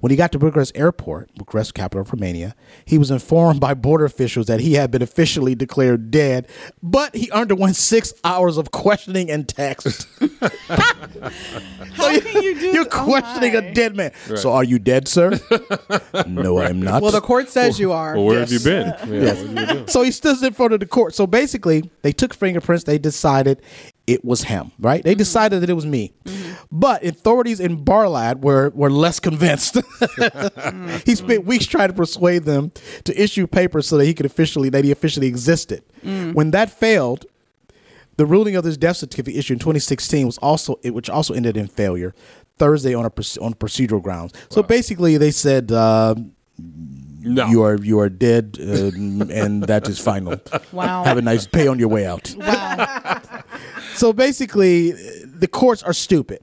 When he got to Bucharest Airport, Bucharest capital of Romania, he was informed by border officials that he had been officially declared dead, but he underwent six hours of questioning and text. How can you do? You're questioning a dead man. Right. So are you dead, sir? no, I'm not. Well, the court Oh, says you are. Well, where have you been? Yeah, Yes. what have you been? So he stood in front of the court. So basically, they took fingerprints. They decided it was him, right? They decided that it was me. But authorities in Barlad were, were less convinced. he spent weeks trying to persuade them to issue papers so that he could officially that he officially existed. Mm. When that failed, the ruling of this death certificate issued in 2016 was also it, which also ended in failure Thursday on a proce- on procedural grounds. So basically, they said. Uh, You are you are dead, uh, and that is final. Oh, Wow. Have a nice pay on your way out. Wow. So basically, the courts are stupid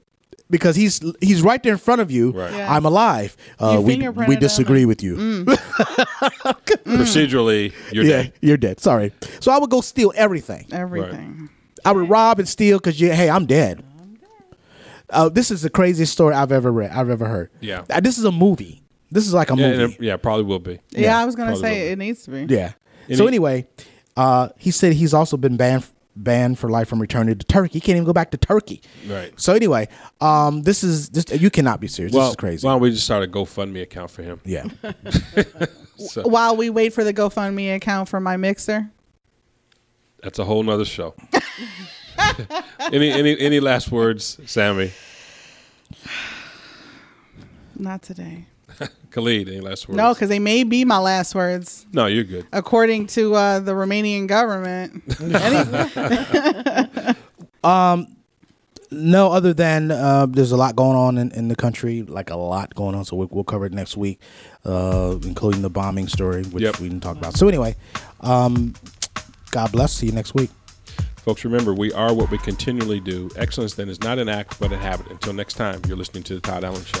because he's he's right there in front of you. Yeah. I'm alive. Uh, You we fingerprinted we him disagree with you. Procedurally, Mm. you're Mm. yeah, dead. you're dead. Sorry. So I would go steal everything. Everything. I would rob and steal because you. Hey, I'm dead. Uh, this is the craziest story I've ever read. I've ever heard. Yeah. Uh, this is a movie. This is like a yeah, and movie. it- yeah, probably will be. Yeah, I was gonna Probably say it needs to be. Yeah. so anyway, uh, he said he's also been banned banned for life from returning to Turkey. He can't even go back to Turkey. Right. So anyway, um, this is this. You cannot be serious. Well, this is crazy. Why don't we just start a GoFundMe account for him? Yeah. so, While we wait for the GoFundMe account for my mixer. that's a whole nother show. any any any last words, Sammy? Not today. Khalid, any last words? No, because they may be my last words, No, you're good. according to uh, the Romanian government. Um, no, other than uh, there's a lot going on in, in the country, like a lot going on. So we'll, we'll cover it next week, uh, including the bombing story, which we didn't talk about. So anyway, um, God bless. See you next week. Folks, remember, we are what we continually do. Excellence then is not an act, but a habit. Until next time, you're listening to The Todd Allen Show.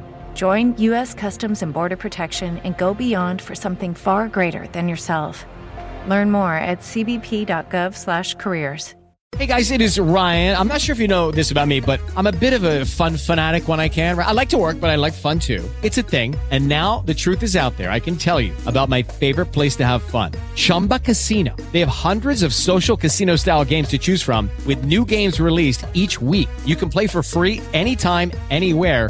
Join U.S. Customs and Border Protection and go beyond for something far greater than yourself. Learn more at cbp.gov/careers. Hey guys, it is Ryan. I'm not sure if you know this about me, but I'm a bit of a fun fanatic when I can. I like to work, but I like fun too. It's a thing. And now the truth is out there. I can tell you about my favorite place to have fun Chumba Casino. They have hundreds of social casino style games to choose from, with new games released each week. You can play for free anytime, anywhere